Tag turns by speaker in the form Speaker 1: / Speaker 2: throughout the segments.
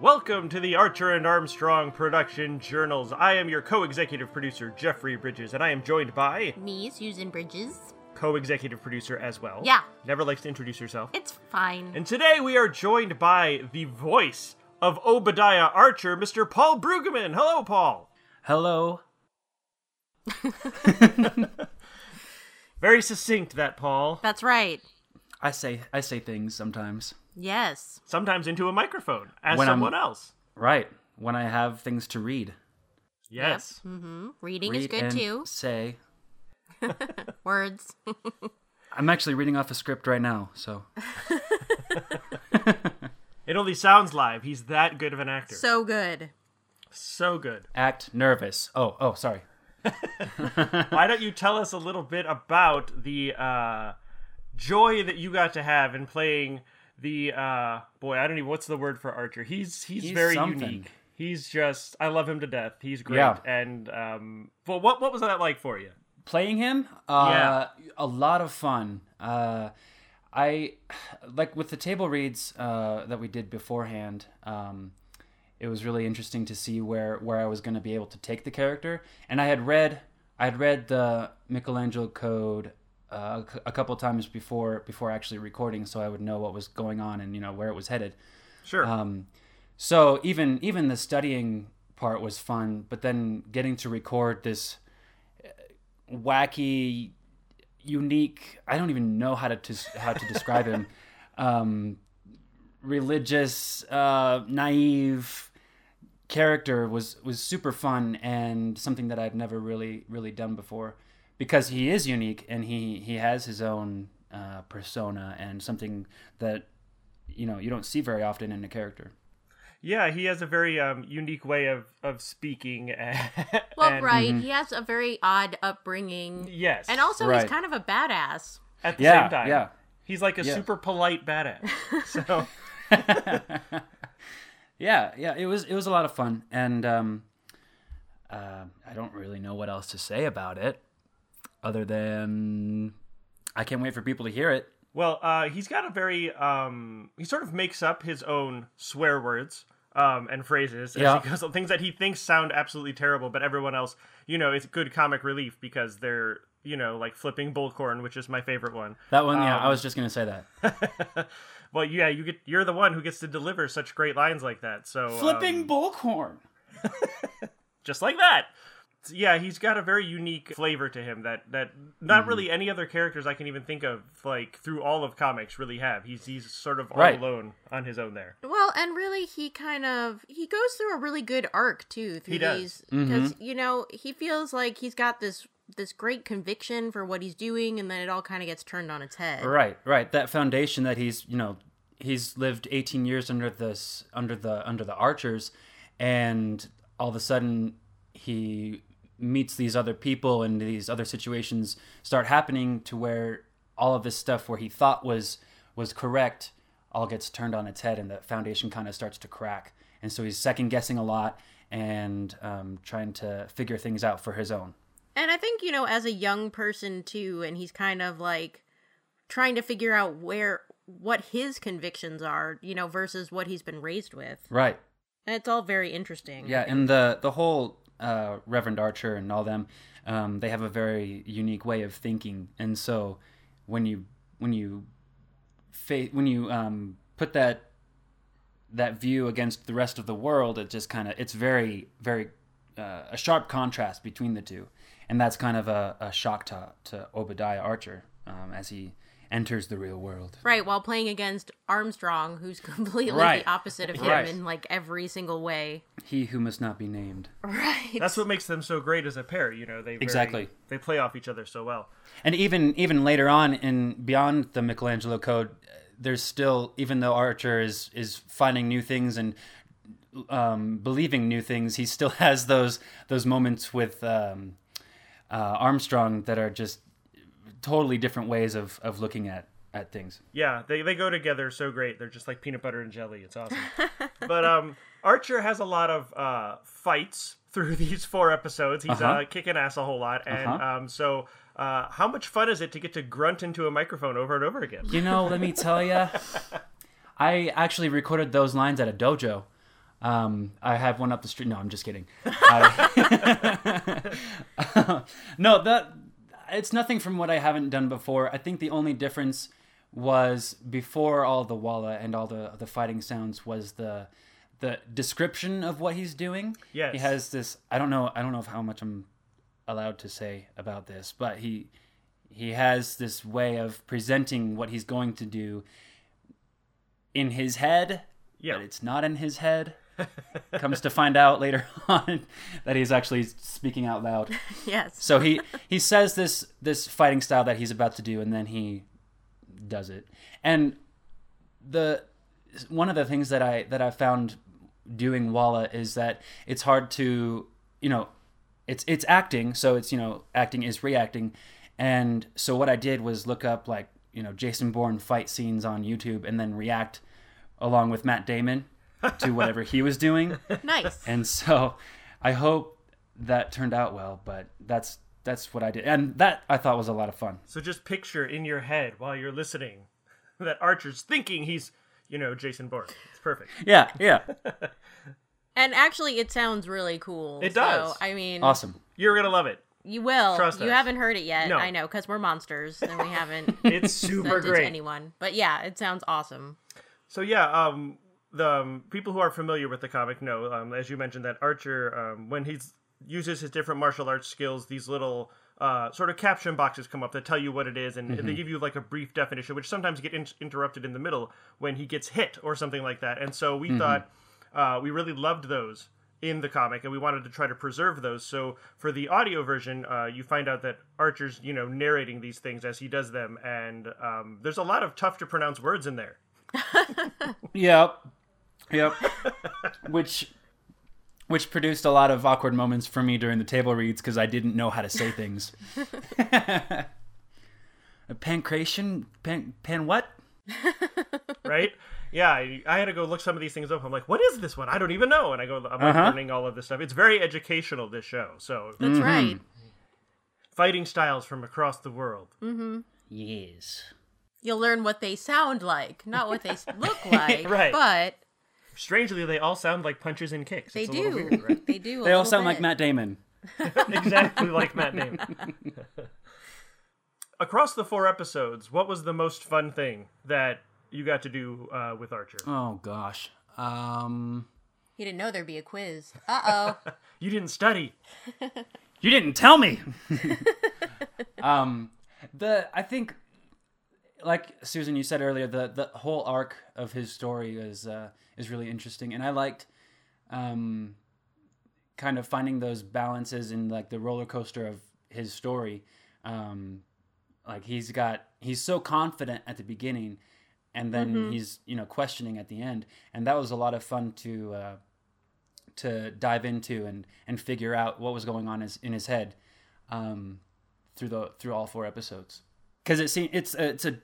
Speaker 1: Welcome to the Archer and Armstrong Production Journals. I am your co executive producer, Jeffrey Bridges, and I am joined by
Speaker 2: Me, Susan Bridges.
Speaker 1: co executive producer as well.
Speaker 2: Yeah.
Speaker 1: Never likes to introduce herself.
Speaker 2: It's fine.
Speaker 1: And today we are joined by the voice of Obadiah Archer, Mr. Paul Brueggemann. Hello, Paul.
Speaker 3: Hello.
Speaker 1: Very succinct, that Paul.
Speaker 2: That's right.
Speaker 3: I say I say things sometimes.
Speaker 2: Yes.
Speaker 1: Sometimes into a microphone, as
Speaker 3: When I'm-
Speaker 1: someone else.
Speaker 3: Right. When I have things to read.
Speaker 1: Yes.
Speaker 2: Mm-hmm. Reading
Speaker 3: read
Speaker 2: is good
Speaker 3: and
Speaker 2: too.
Speaker 3: Say.
Speaker 2: Words.
Speaker 3: I'm actually reading off a script right now, so
Speaker 1: It only sounds live. He's that good of an actor.
Speaker 2: so good.
Speaker 1: so good.
Speaker 3: act nervous. Oh, oh, sorry.
Speaker 1: Why don't you tell us a little bit about the uh, joy that you got to have in playing the uh, boy? I don't even what's the word for Archer. He's he's,
Speaker 3: He's
Speaker 1: very
Speaker 3: something.
Speaker 1: unique. He's just I love him to death. He's great.
Speaker 3: Yeah.
Speaker 1: And um, well, what what was that like for you?
Speaker 3: Playing him? Uh a lot of fun. Uh I like with the table reads uh that we did beforehand, um it was really interesting to see where where I was going to be able to take the character. And I had read I had read the Michelangelo Code uh, a cou- a couple times before before actually recording, so I would know what was going on and you know where it was headed.
Speaker 1: Sure.
Speaker 3: Um, so even even the studying part was fun, but then getting to record this uh, wacky, unique I don't even know how to des- how to describe him. Um, religious, uh, naive character was was super fun and something that I'd never really really done before because he is unique and he he has his own uh, persona and something that you know you don't see very often in a character.
Speaker 1: yeah, he has a very um, unique way of of speaking. And, mm-hmm.
Speaker 2: Well, right. He has a very odd upbringing.
Speaker 1: Yes.
Speaker 2: And also,
Speaker 3: Right.
Speaker 2: he's kind of a badass.
Speaker 1: at the
Speaker 3: Yeah,
Speaker 1: same time,
Speaker 3: yeah.
Speaker 1: he's like a
Speaker 3: Yeah.
Speaker 1: super polite badass. So
Speaker 3: Yeah, yeah, it was it was a lot of fun, and um, uh, I don't really know what else to say about it, other than I can't wait for people to hear it.
Speaker 1: Well, uh, he's got a very um, he sort of makes up his own swear words um, and phrases as
Speaker 3: Yeah.
Speaker 1: he goes on, things that he thinks sound absolutely terrible, but everyone else, you know, it's good comic relief because they're you know like flipping bullcorn, which is my favorite one.
Speaker 3: That one, yeah,
Speaker 1: Um,
Speaker 3: I was just gonna say that.
Speaker 1: Well, yeah, you get you're the one who gets to deliver such great lines like that. So um,
Speaker 3: bullhorn.
Speaker 1: just like that. Yeah, he's got a very unique flavor to him that that not
Speaker 3: Mhm.
Speaker 1: really any other characters I can even think of like through all of comics really have. He's he's sort of all
Speaker 3: Right.
Speaker 1: alone on his own there.
Speaker 2: Well, and really, he kind of he goes through a really good arc too through
Speaker 1: He does. Mm-hmm.
Speaker 2: these because you know he feels like he's got this this great conviction for what he's doing, and then it all kind of gets turned on its head.
Speaker 3: Right, right. That foundation that he's, you know, he's lived 18 years under this under the under the archers and all of a sudden he meets these other people and these other situations start happening to where all of this stuff where he thought was was correct all gets turned on its head and that foundation kind of starts to crack and so he's second guessing a lot and um, trying to figure things out for his own
Speaker 2: And I think, you know, as a young person too, and he's kind of like trying to figure out where what his convictions are, you know, versus what he's been raised with.
Speaker 3: right
Speaker 2: And it's all very interesting.
Speaker 3: Yeah, and the the whole uh, Reverend Archer and all them, um, they have a very unique way of thinking, and so when you when you fa- when you um, put that that view against the rest of the world, it just kind of it's very very uh, a sharp contrast between the two, and that's kind of a, a shock to to Obadiah Archer um, as he enters the real world.
Speaker 2: Right, while playing against Armstrong, who's completely
Speaker 3: Right.
Speaker 2: the opposite of him
Speaker 3: Right.
Speaker 2: in like every single way.
Speaker 3: He who must not be named.
Speaker 2: Right.
Speaker 1: That's what makes them so great as a pair, you know. They very-
Speaker 3: Exactly.
Speaker 1: they play off each other so well.
Speaker 3: And even even later on in beyond the Michelangelo Code, there's still even though Archer is is finding new things and um, believing new things, he still has those those moments with um, uh, Armstrong that are just totally different ways of of looking at at things.
Speaker 1: Yeah, they they go together so great. They're just like peanut butter and jelly. It's awesome. but um, Archer has a lot of uh, fights through these four episodes. He's uh
Speaker 3: Uh-huh.
Speaker 1: kicking ass a whole lot, and
Speaker 3: Uh-huh.
Speaker 1: um, so. Uh, how much fun is it to get to grunt into a microphone over and over again?
Speaker 3: You know, let me tell you, I actually recorded those lines at a dojo. Um, I have one up the street. No, I'm just kidding. I- no, that it's nothing from what I haven't done before. I think the only difference was before all the walla and all the the fighting sounds was the the description of what he's doing.
Speaker 1: Yes.
Speaker 3: he has this. I don't know. I don't know if how much I'm allowed to say about this, but he he has this way of presenting what he's going to do in his head
Speaker 1: Yeah.
Speaker 3: but it's not in his head. Comes to find out later on that he's actually speaking out loud.
Speaker 2: Yes.
Speaker 3: So he he says this this fighting style that he's about to do, and then he does it. And the one of the things that I that I found doing Walla is that it's hard to you know it's it's acting, so it's you know acting is reacting. And so what I did was look up like you know Jason Bourne fight scenes on YouTube, and then react along with Matt Damon to whatever he was doing.
Speaker 2: Nice.
Speaker 3: And so I hope that turned out well, but that's that's what I did. And that I thought was a lot of fun.
Speaker 1: So just picture in your head while you're listening that Archer's thinking he's, you know, Jason Bourne. It's perfect.
Speaker 3: Yeah, yeah.
Speaker 2: And actually, it sounds really cool.
Speaker 1: It does.
Speaker 2: So, I mean,
Speaker 3: awesome.
Speaker 1: You're gonna love it.
Speaker 2: you will.
Speaker 1: Trust
Speaker 2: you
Speaker 1: us.
Speaker 2: haven't heard it yet.
Speaker 1: No.
Speaker 2: I know, because we're monsters and we haven't
Speaker 1: It's super
Speaker 2: sent it to
Speaker 1: great.
Speaker 2: anyone. But yeah, it sounds awesome.
Speaker 1: So yeah, um, the um, people who are familiar with the comic know, um, as you mentioned, that Archer, um, when he uses his different martial arts skills, these little uh, sort of caption boxes come up that tell you what it is, and they give you like a brief definition, which sometimes get in- interrupted in the middle when he gets hit or something like that. And so we thought uh, we really loved those in the comic, and we wanted to try to preserve those. So for the audio version, uh, you find out that Archer's you know narrating these things as he does them, and um, there's a lot of tough to pronounce words in there.
Speaker 3: Yep. Yep. which which produced a lot of awkward moments for me during the table reads because I didn't know how to say things. Pancration? Pan, pan what?
Speaker 1: right? Yeah, I, I had to go look some of these things up. I'm like, what is this one? I don't even know. And I go, I'm like,
Speaker 2: Uh-huh.
Speaker 1: learning all of this stuff. It's very educational. This show, so
Speaker 2: That's right.
Speaker 1: fighting styles from across the world.
Speaker 2: Mm.
Speaker 3: Yes.
Speaker 2: You'll learn what they sound like, not what they s- look like.
Speaker 1: Right.
Speaker 2: But
Speaker 1: Strangely, they all sound like punches and kicks.
Speaker 2: they
Speaker 1: It's a little
Speaker 2: do.
Speaker 1: weird, right?
Speaker 2: They do. a
Speaker 3: They all
Speaker 2: little
Speaker 3: sound like
Speaker 2: bit.
Speaker 3: Matt Damon.
Speaker 1: exactly like Matt Damon. across the four episodes, what was the most fun thing that you got to do uh, with Archer?
Speaker 3: Oh gosh. Um
Speaker 2: You didn't know there'd be a quiz. Uh oh.
Speaker 1: You didn't study.
Speaker 3: You didn't tell me. um, the I think, like Susan, you said earlier, the the whole arc of his story is uh, is really interesting, and I liked, um, kind of finding those balances in like the roller coaster of his story. Um, like he's got he's so confident at the beginning, and then he's you know questioning at the end, and that was a lot of fun to. Uh, to dive into and and figure out what was going on is, in his head um, through the through all four episodes because it seems it's a, it's a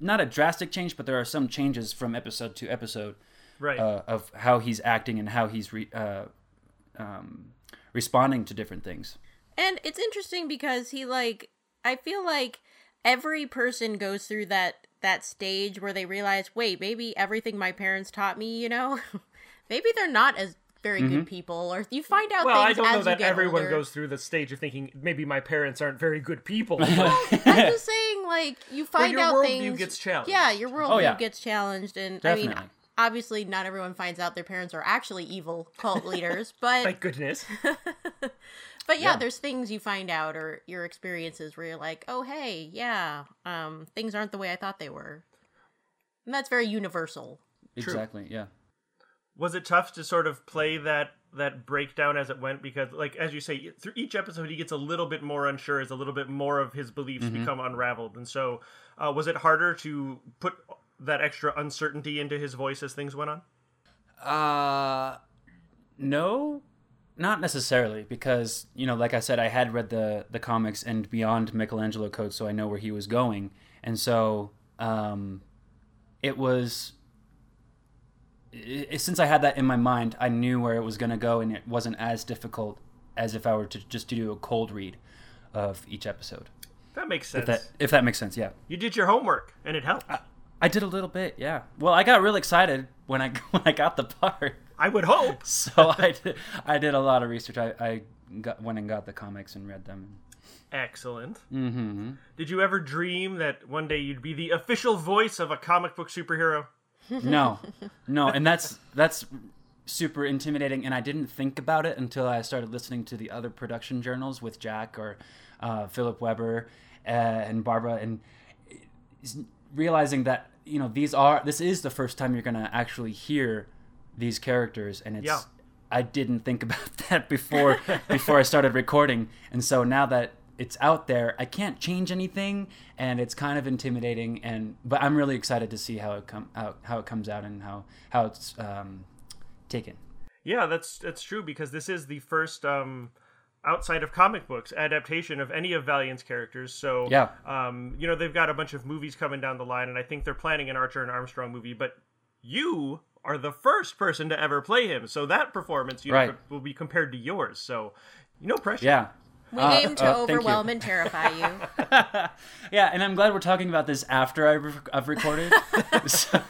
Speaker 3: not a drastic change but there are some changes from episode to episode
Speaker 1: Right.
Speaker 3: uh, of how he's acting and how he's re, uh, um, responding to different things
Speaker 2: And it's interesting because he like I feel like every person goes through that that stage where they realize, wait, maybe everything my parents taught me, you know, maybe they're not as very
Speaker 3: Mm-hmm.
Speaker 2: good people, or you find out.
Speaker 1: well, I
Speaker 2: things
Speaker 1: don't
Speaker 2: as
Speaker 1: know
Speaker 2: you
Speaker 1: that
Speaker 2: get
Speaker 1: everyone
Speaker 2: older.
Speaker 1: goes through the stage of thinking maybe my parents aren't very good people.
Speaker 2: I'm just saying, like you find
Speaker 1: your
Speaker 2: out
Speaker 1: worldview
Speaker 2: things.
Speaker 1: gets challenged.
Speaker 2: Yeah, your worldview
Speaker 3: Oh, yeah.
Speaker 2: gets challenged, and I mean,
Speaker 3: Definitely.
Speaker 2: obviously, not everyone finds out their parents are actually evil cult leaders, but
Speaker 1: Thank goodness.
Speaker 2: But yeah,
Speaker 3: Yeah.
Speaker 2: there's things you find out or your experiences where you're like, oh hey, yeah, um, things aren't the way I thought they were, and that's very universal.
Speaker 3: exactly yeah
Speaker 1: was it tough to sort of play that that breakdown as it went because like as you say through each episode he gets a little bit more unsure as a little bit more of his beliefs
Speaker 3: Mm-hmm.
Speaker 1: become unraveled and so uh, was it harder to put that extra uncertainty into his voice as things went on
Speaker 3: Uh, no, not necessarily, because you know, like I said, I had read the the comics and beyond Michelangelo Code, so I know where he was going, and so um, it was. i i- since I had that in my mind, I knew where it was going to go, and it wasn't as difficult as if I were to just to do a cold read of each episode.
Speaker 1: that makes sense
Speaker 3: If that Ah. if that makes sense, yeah.
Speaker 1: you did your homework and it helped
Speaker 3: I did a little bit, yeah. Well, I got real excited when I when I got the part.
Speaker 1: I would hope.
Speaker 3: so I did, I did a lot of research. I, I got, went and got the comics and read them.
Speaker 1: Excellent.
Speaker 3: Mm-hmm.
Speaker 1: Did you ever dream that one day you'd be the official voice of a comic book superhero?
Speaker 3: No, no, and that's that's super intimidating. And I didn't think about it until I started listening to the other production journals with Jack or uh, Philip Weber uh, and Barbara, and s- realizing that you know these are this is the first time you're gonna actually hear these characters, and it's.
Speaker 1: Yeah.
Speaker 3: I didn't think about that before before I started recording, and so now that it's out there, I can't change anything, and it's kind of intimidating. And but I'm really excited to see how it come out, how it comes out, and how how it's um, taken.
Speaker 1: Yeah, that's that's true because this is the first um, outside of comic books adaptation of any of Valiant's characters. So
Speaker 3: Yeah.
Speaker 1: um, you know they've got a bunch of movies coming down the line, and I think they're planning an Archer and Armstrong movie. But you are the first person to ever play him, so that performance you know,
Speaker 3: Right.
Speaker 1: will be compared to yours. So no pressure.
Speaker 3: Yeah.
Speaker 2: We
Speaker 3: Uh,
Speaker 2: aim to
Speaker 3: uh, thank you.
Speaker 2: overwhelm and terrify you.
Speaker 3: Yeah, and I'm glad we're talking about this after I've, rec- I've recorded. So-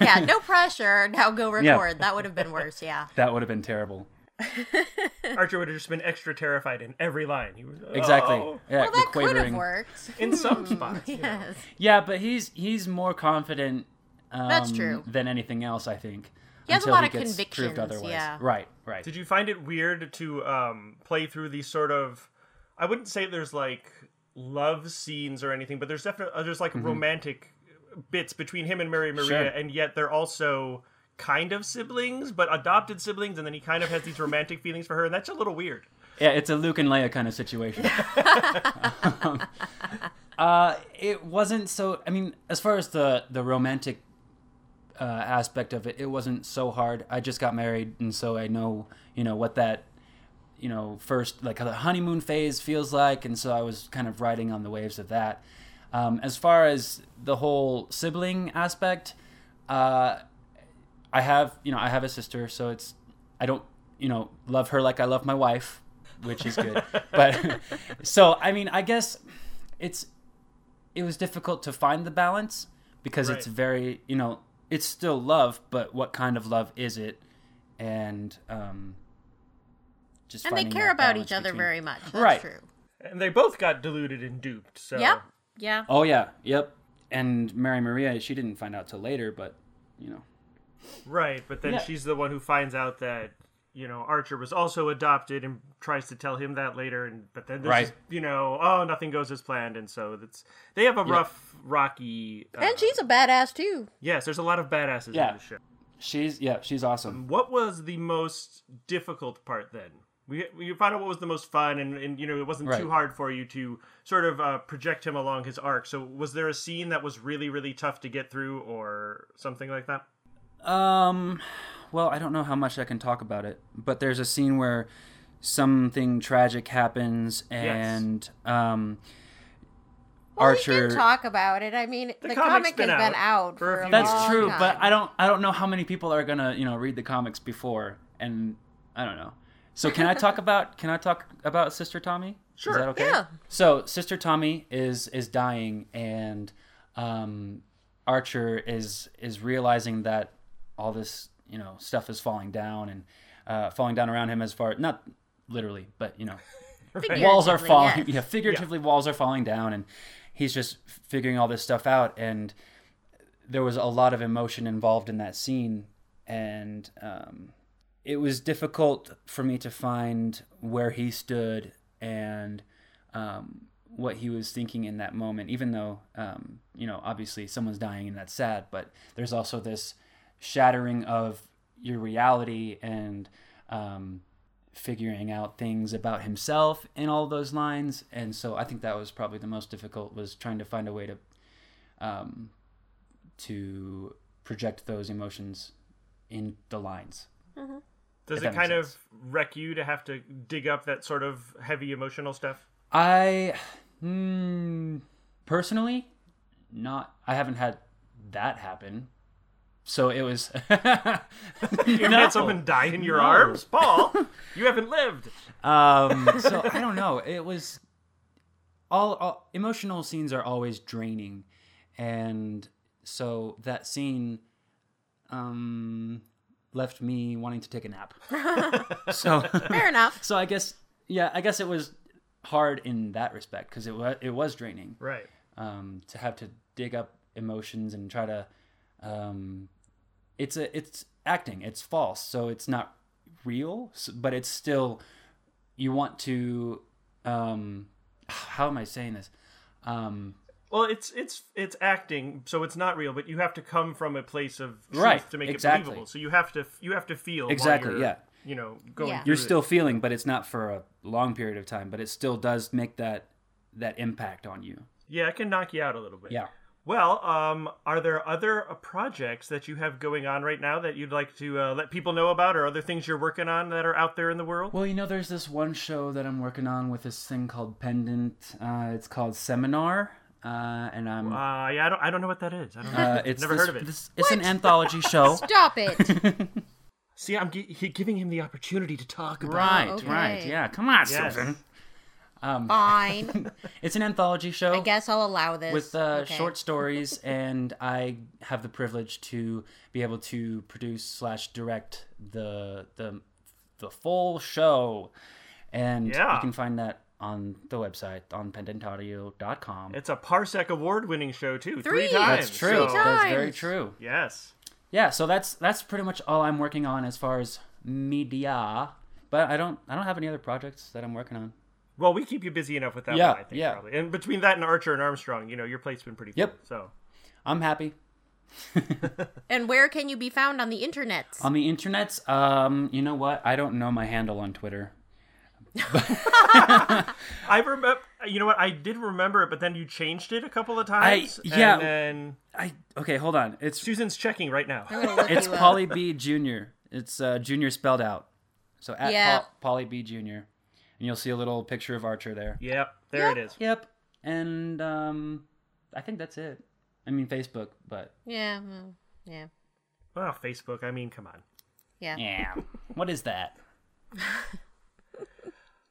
Speaker 2: Yeah, no pressure. Now go record. That would have been worse. Yeah.
Speaker 3: that would have been terrible.
Speaker 1: Archer would have just been extra terrified in every line. He was,
Speaker 3: Exactly.
Speaker 1: "Oh,"
Speaker 3: Yeah,
Speaker 2: Well,
Speaker 3: the
Speaker 2: that could have
Speaker 3: quavering.
Speaker 2: worked.
Speaker 1: in some spots. you know.
Speaker 2: Yes.
Speaker 3: Yeah, but he's he's more confident. Um,
Speaker 2: That's true.
Speaker 3: Than anything else, I think.
Speaker 2: He has a
Speaker 3: until
Speaker 2: lot of
Speaker 3: gets proved
Speaker 2: convictions,
Speaker 3: otherwise.
Speaker 2: yeah.
Speaker 3: Right. Right.
Speaker 1: Did you find it weird to um, play through these sort of? I wouldn't say there's like love scenes or anything, but there's definitely there's like romantic bits between him and Mary Maria,
Speaker 3: Sure.
Speaker 1: and yet they're also kind of siblings, but adopted siblings, and then he kind of has these romantic feelings for her, and that's a little weird.
Speaker 3: Yeah, it's a Luke and Leia kind of situation. Um, uh, it wasn't so. I mean, as far as the the romantic uh, aspect of it, it wasn't so hard. I just got married, and so I know you know what that you know first like how the honeymoon phase feels like, and so I was kind of riding on the waves of that. Um, as far as the whole sibling aspect, uh, I have you know I have a sister, so it's I don't you know love her like I love my wife, which is good. but so I mean I guess it's it was difficult to find the balance because it's
Speaker 1: Right.
Speaker 3: very you know it's still love, but what kind of love is it? And um, just
Speaker 2: And they
Speaker 3: finding
Speaker 2: care
Speaker 3: that
Speaker 2: about
Speaker 3: balance
Speaker 2: each other
Speaker 3: between-
Speaker 2: very much. That's
Speaker 3: Right.
Speaker 2: true.
Speaker 1: And they both got deluded and duped. So
Speaker 2: Yep. Yeah.
Speaker 3: Oh yeah, yep. And Mary Maria, she didn't find out till later, but you know.
Speaker 1: right, but then
Speaker 3: Yeah.
Speaker 1: she's the one who finds out that you know Archer was also adopted and tries to tell him that later, and but then there's
Speaker 3: Right.
Speaker 1: just, you know oh nothing goes as planned, and so that's they have a rough, rocky. uh,
Speaker 2: And she's a badass too.
Speaker 1: Yes, there's a lot of badasses
Speaker 3: Yeah.
Speaker 1: in the show.
Speaker 3: She's yeah, she's awesome.
Speaker 1: What was the most difficult part then? We, we found out what was the most fun, and, and you know it wasn't too
Speaker 3: Right.
Speaker 1: hard for you to sort of uh, project him along his arc. So was there a scene that was really really tough to get through, or something like that?
Speaker 3: Um, well, I don't know how much I can talk about it, but there's a scene where something tragic happens, and um,
Speaker 2: Well,
Speaker 3: Archer.
Speaker 2: We can talk about it. I mean, the,
Speaker 1: comic's
Speaker 2: comic
Speaker 1: been
Speaker 2: has been
Speaker 1: out
Speaker 2: out
Speaker 1: for a
Speaker 2: for a
Speaker 1: few
Speaker 3: That's
Speaker 2: long
Speaker 3: true, but
Speaker 2: time.
Speaker 3: I don't. I don't know how many people are gonna you know read the comics before, and I don't know. So can I talk about? Can I talk about Sister Tommy?
Speaker 1: Sure.
Speaker 3: Is that okay?
Speaker 2: Yeah.
Speaker 3: So Sister Tommy is is dying, and um, Archer is is realizing that all this you know stuff is falling down and uh, falling down around him as far not literally, but you know walls
Speaker 2: Figuratively,
Speaker 3: are falling.
Speaker 2: yes.
Speaker 3: Yeah, figuratively, walls are falling down, and he's just figuring all this stuff out. And there was a lot of emotion involved in that scene, and um, it was difficult for me to find where he stood and um, what he was thinking in that moment. Even though, um, you know, obviously someone's dying and that's sad, but there's also this shattering of your reality and um, figuring out things about himself in all those lines and so i think that was probably the most difficult was trying to find a way to um, to project those emotions in the lines
Speaker 1: Does
Speaker 3: that
Speaker 1: it
Speaker 3: makes
Speaker 1: kind of
Speaker 3: sense.
Speaker 1: wreck you to have to dig up that sort of heavy emotional stuff?
Speaker 3: i mm, personally not i haven't had that happen so it was
Speaker 1: You
Speaker 3: No.
Speaker 1: had someone die in your arms, Paul. You haven't lived.
Speaker 3: Um, so I don't know. It was all, all emotional scenes are always draining, and so that scene, um, left me wanting to take a nap. so
Speaker 2: Fair enough.
Speaker 3: so I guess yeah, I guess it was hard in that respect because it was it was draining
Speaker 1: Right.
Speaker 3: um, to have to dig up emotions and try to. Um, it's a it's acting. It's false, so it's not real, s- but it's still. You want to. Um, how am I saying this? Um,
Speaker 1: Well, it's it's it's acting, so it's not real, but you have to come from a place of truth
Speaker 3: Right,
Speaker 1: to make
Speaker 3: exactly.
Speaker 1: it believable. So you have to you have to feel while
Speaker 3: Exactly,
Speaker 1: you're,
Speaker 3: yeah.
Speaker 1: You know, going.
Speaker 2: Yeah.
Speaker 1: through
Speaker 3: you're
Speaker 1: it.
Speaker 3: still feeling, but it's not for a long period of time. But it still does make that that impact on you.
Speaker 1: Yeah, it can knock you out a little bit.
Speaker 3: Yeah.
Speaker 1: Well, um, are there other uh, projects that you have going on right now that you'd like to uh, let people know about, or other things you're working on that are out there in the world?
Speaker 3: Well, you know, there's this one show that I'm working on with this thing called Pendant. Uh, it's called Seminar, uh, and I'm.
Speaker 1: Uh, yeah, I don't, I don't know what that is. I don't know.
Speaker 3: Uh, it's
Speaker 1: Never
Speaker 3: this-
Speaker 1: heard of it.
Speaker 3: this- it's an anthology show.
Speaker 2: Stop it.
Speaker 1: See, I'm gi- he- giving him the opportunity to talk about.
Speaker 3: right,
Speaker 2: Oh, okay.
Speaker 3: right, yeah. Come on,
Speaker 1: Yes.
Speaker 3: Susan.
Speaker 1: Um,
Speaker 2: Fine.
Speaker 3: It's an anthology show
Speaker 2: I guess I'll allow this.
Speaker 3: with uh,
Speaker 2: Okay.
Speaker 3: short stories, and I have the privilege to be able to produce slash direct the the the full show, and
Speaker 1: Yeah.
Speaker 3: you can find that on the website on pendantaudio.com.
Speaker 1: It's a Parsec award-winning show too. Three,
Speaker 2: Three.
Speaker 1: times.
Speaker 2: That's
Speaker 3: That's true.
Speaker 1: so-
Speaker 2: Three
Speaker 3: That's very
Speaker 2: times.
Speaker 3: true.
Speaker 1: Yes.
Speaker 3: yeah so that's that's pretty much all i'm working on as far as media but i don't i don't have any other projects that i'm working on
Speaker 1: Well, we keep you busy enough with that
Speaker 3: Yeah,
Speaker 1: one, I think.
Speaker 3: yeah.
Speaker 1: Probably. And between that and Archer and Armstrong, you know, your plate's been pretty full.
Speaker 3: Yep.
Speaker 1: So
Speaker 3: i'm happy
Speaker 2: And where can you be found on the internet?
Speaker 3: on the internets um you know what i don't know my handle on twitter
Speaker 1: I remember. You know what? I did remember it, but then you changed it a couple of times.
Speaker 3: yeah.
Speaker 1: And then
Speaker 3: i okay hold on it's
Speaker 1: Susan's checking right now.
Speaker 2: I'm gonna look
Speaker 3: it's
Speaker 2: you up.
Speaker 3: polly b junior it's uh junior spelled out so at
Speaker 2: Yeah.
Speaker 3: Pol- polly b junior and you'll see a little picture of archer there
Speaker 1: Yep. There it is.
Speaker 3: yep and um i think that's it i mean facebook but
Speaker 2: Yeah. well, Yeah.
Speaker 1: Well, Facebook. I mean, come on.
Speaker 2: Yeah.
Speaker 3: yeah what is that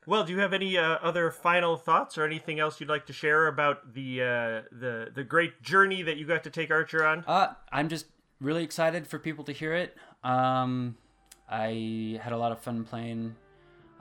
Speaker 1: Well, do you have any uh, other final thoughts or anything else you'd like to share about the uh, the the great journey that you got to take Archer on?
Speaker 3: Uh, I'm just really excited for people to hear it. Um, I had a lot of fun playing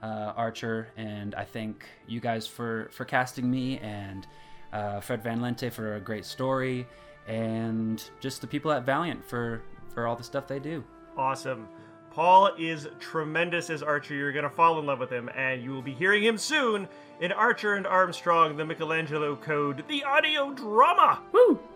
Speaker 3: uh, Archer, and I thank you guys for for casting me and uh, Fred Van Lente for a great story, and just the people at Valiant for for all the stuff they do.
Speaker 1: Awesome. Paul is tremendous as Archer. You're going to fall in love with him, and you will be hearing him soon in Archer and Armstrong, the Michelangelo Code, the audio drama.
Speaker 3: Woo!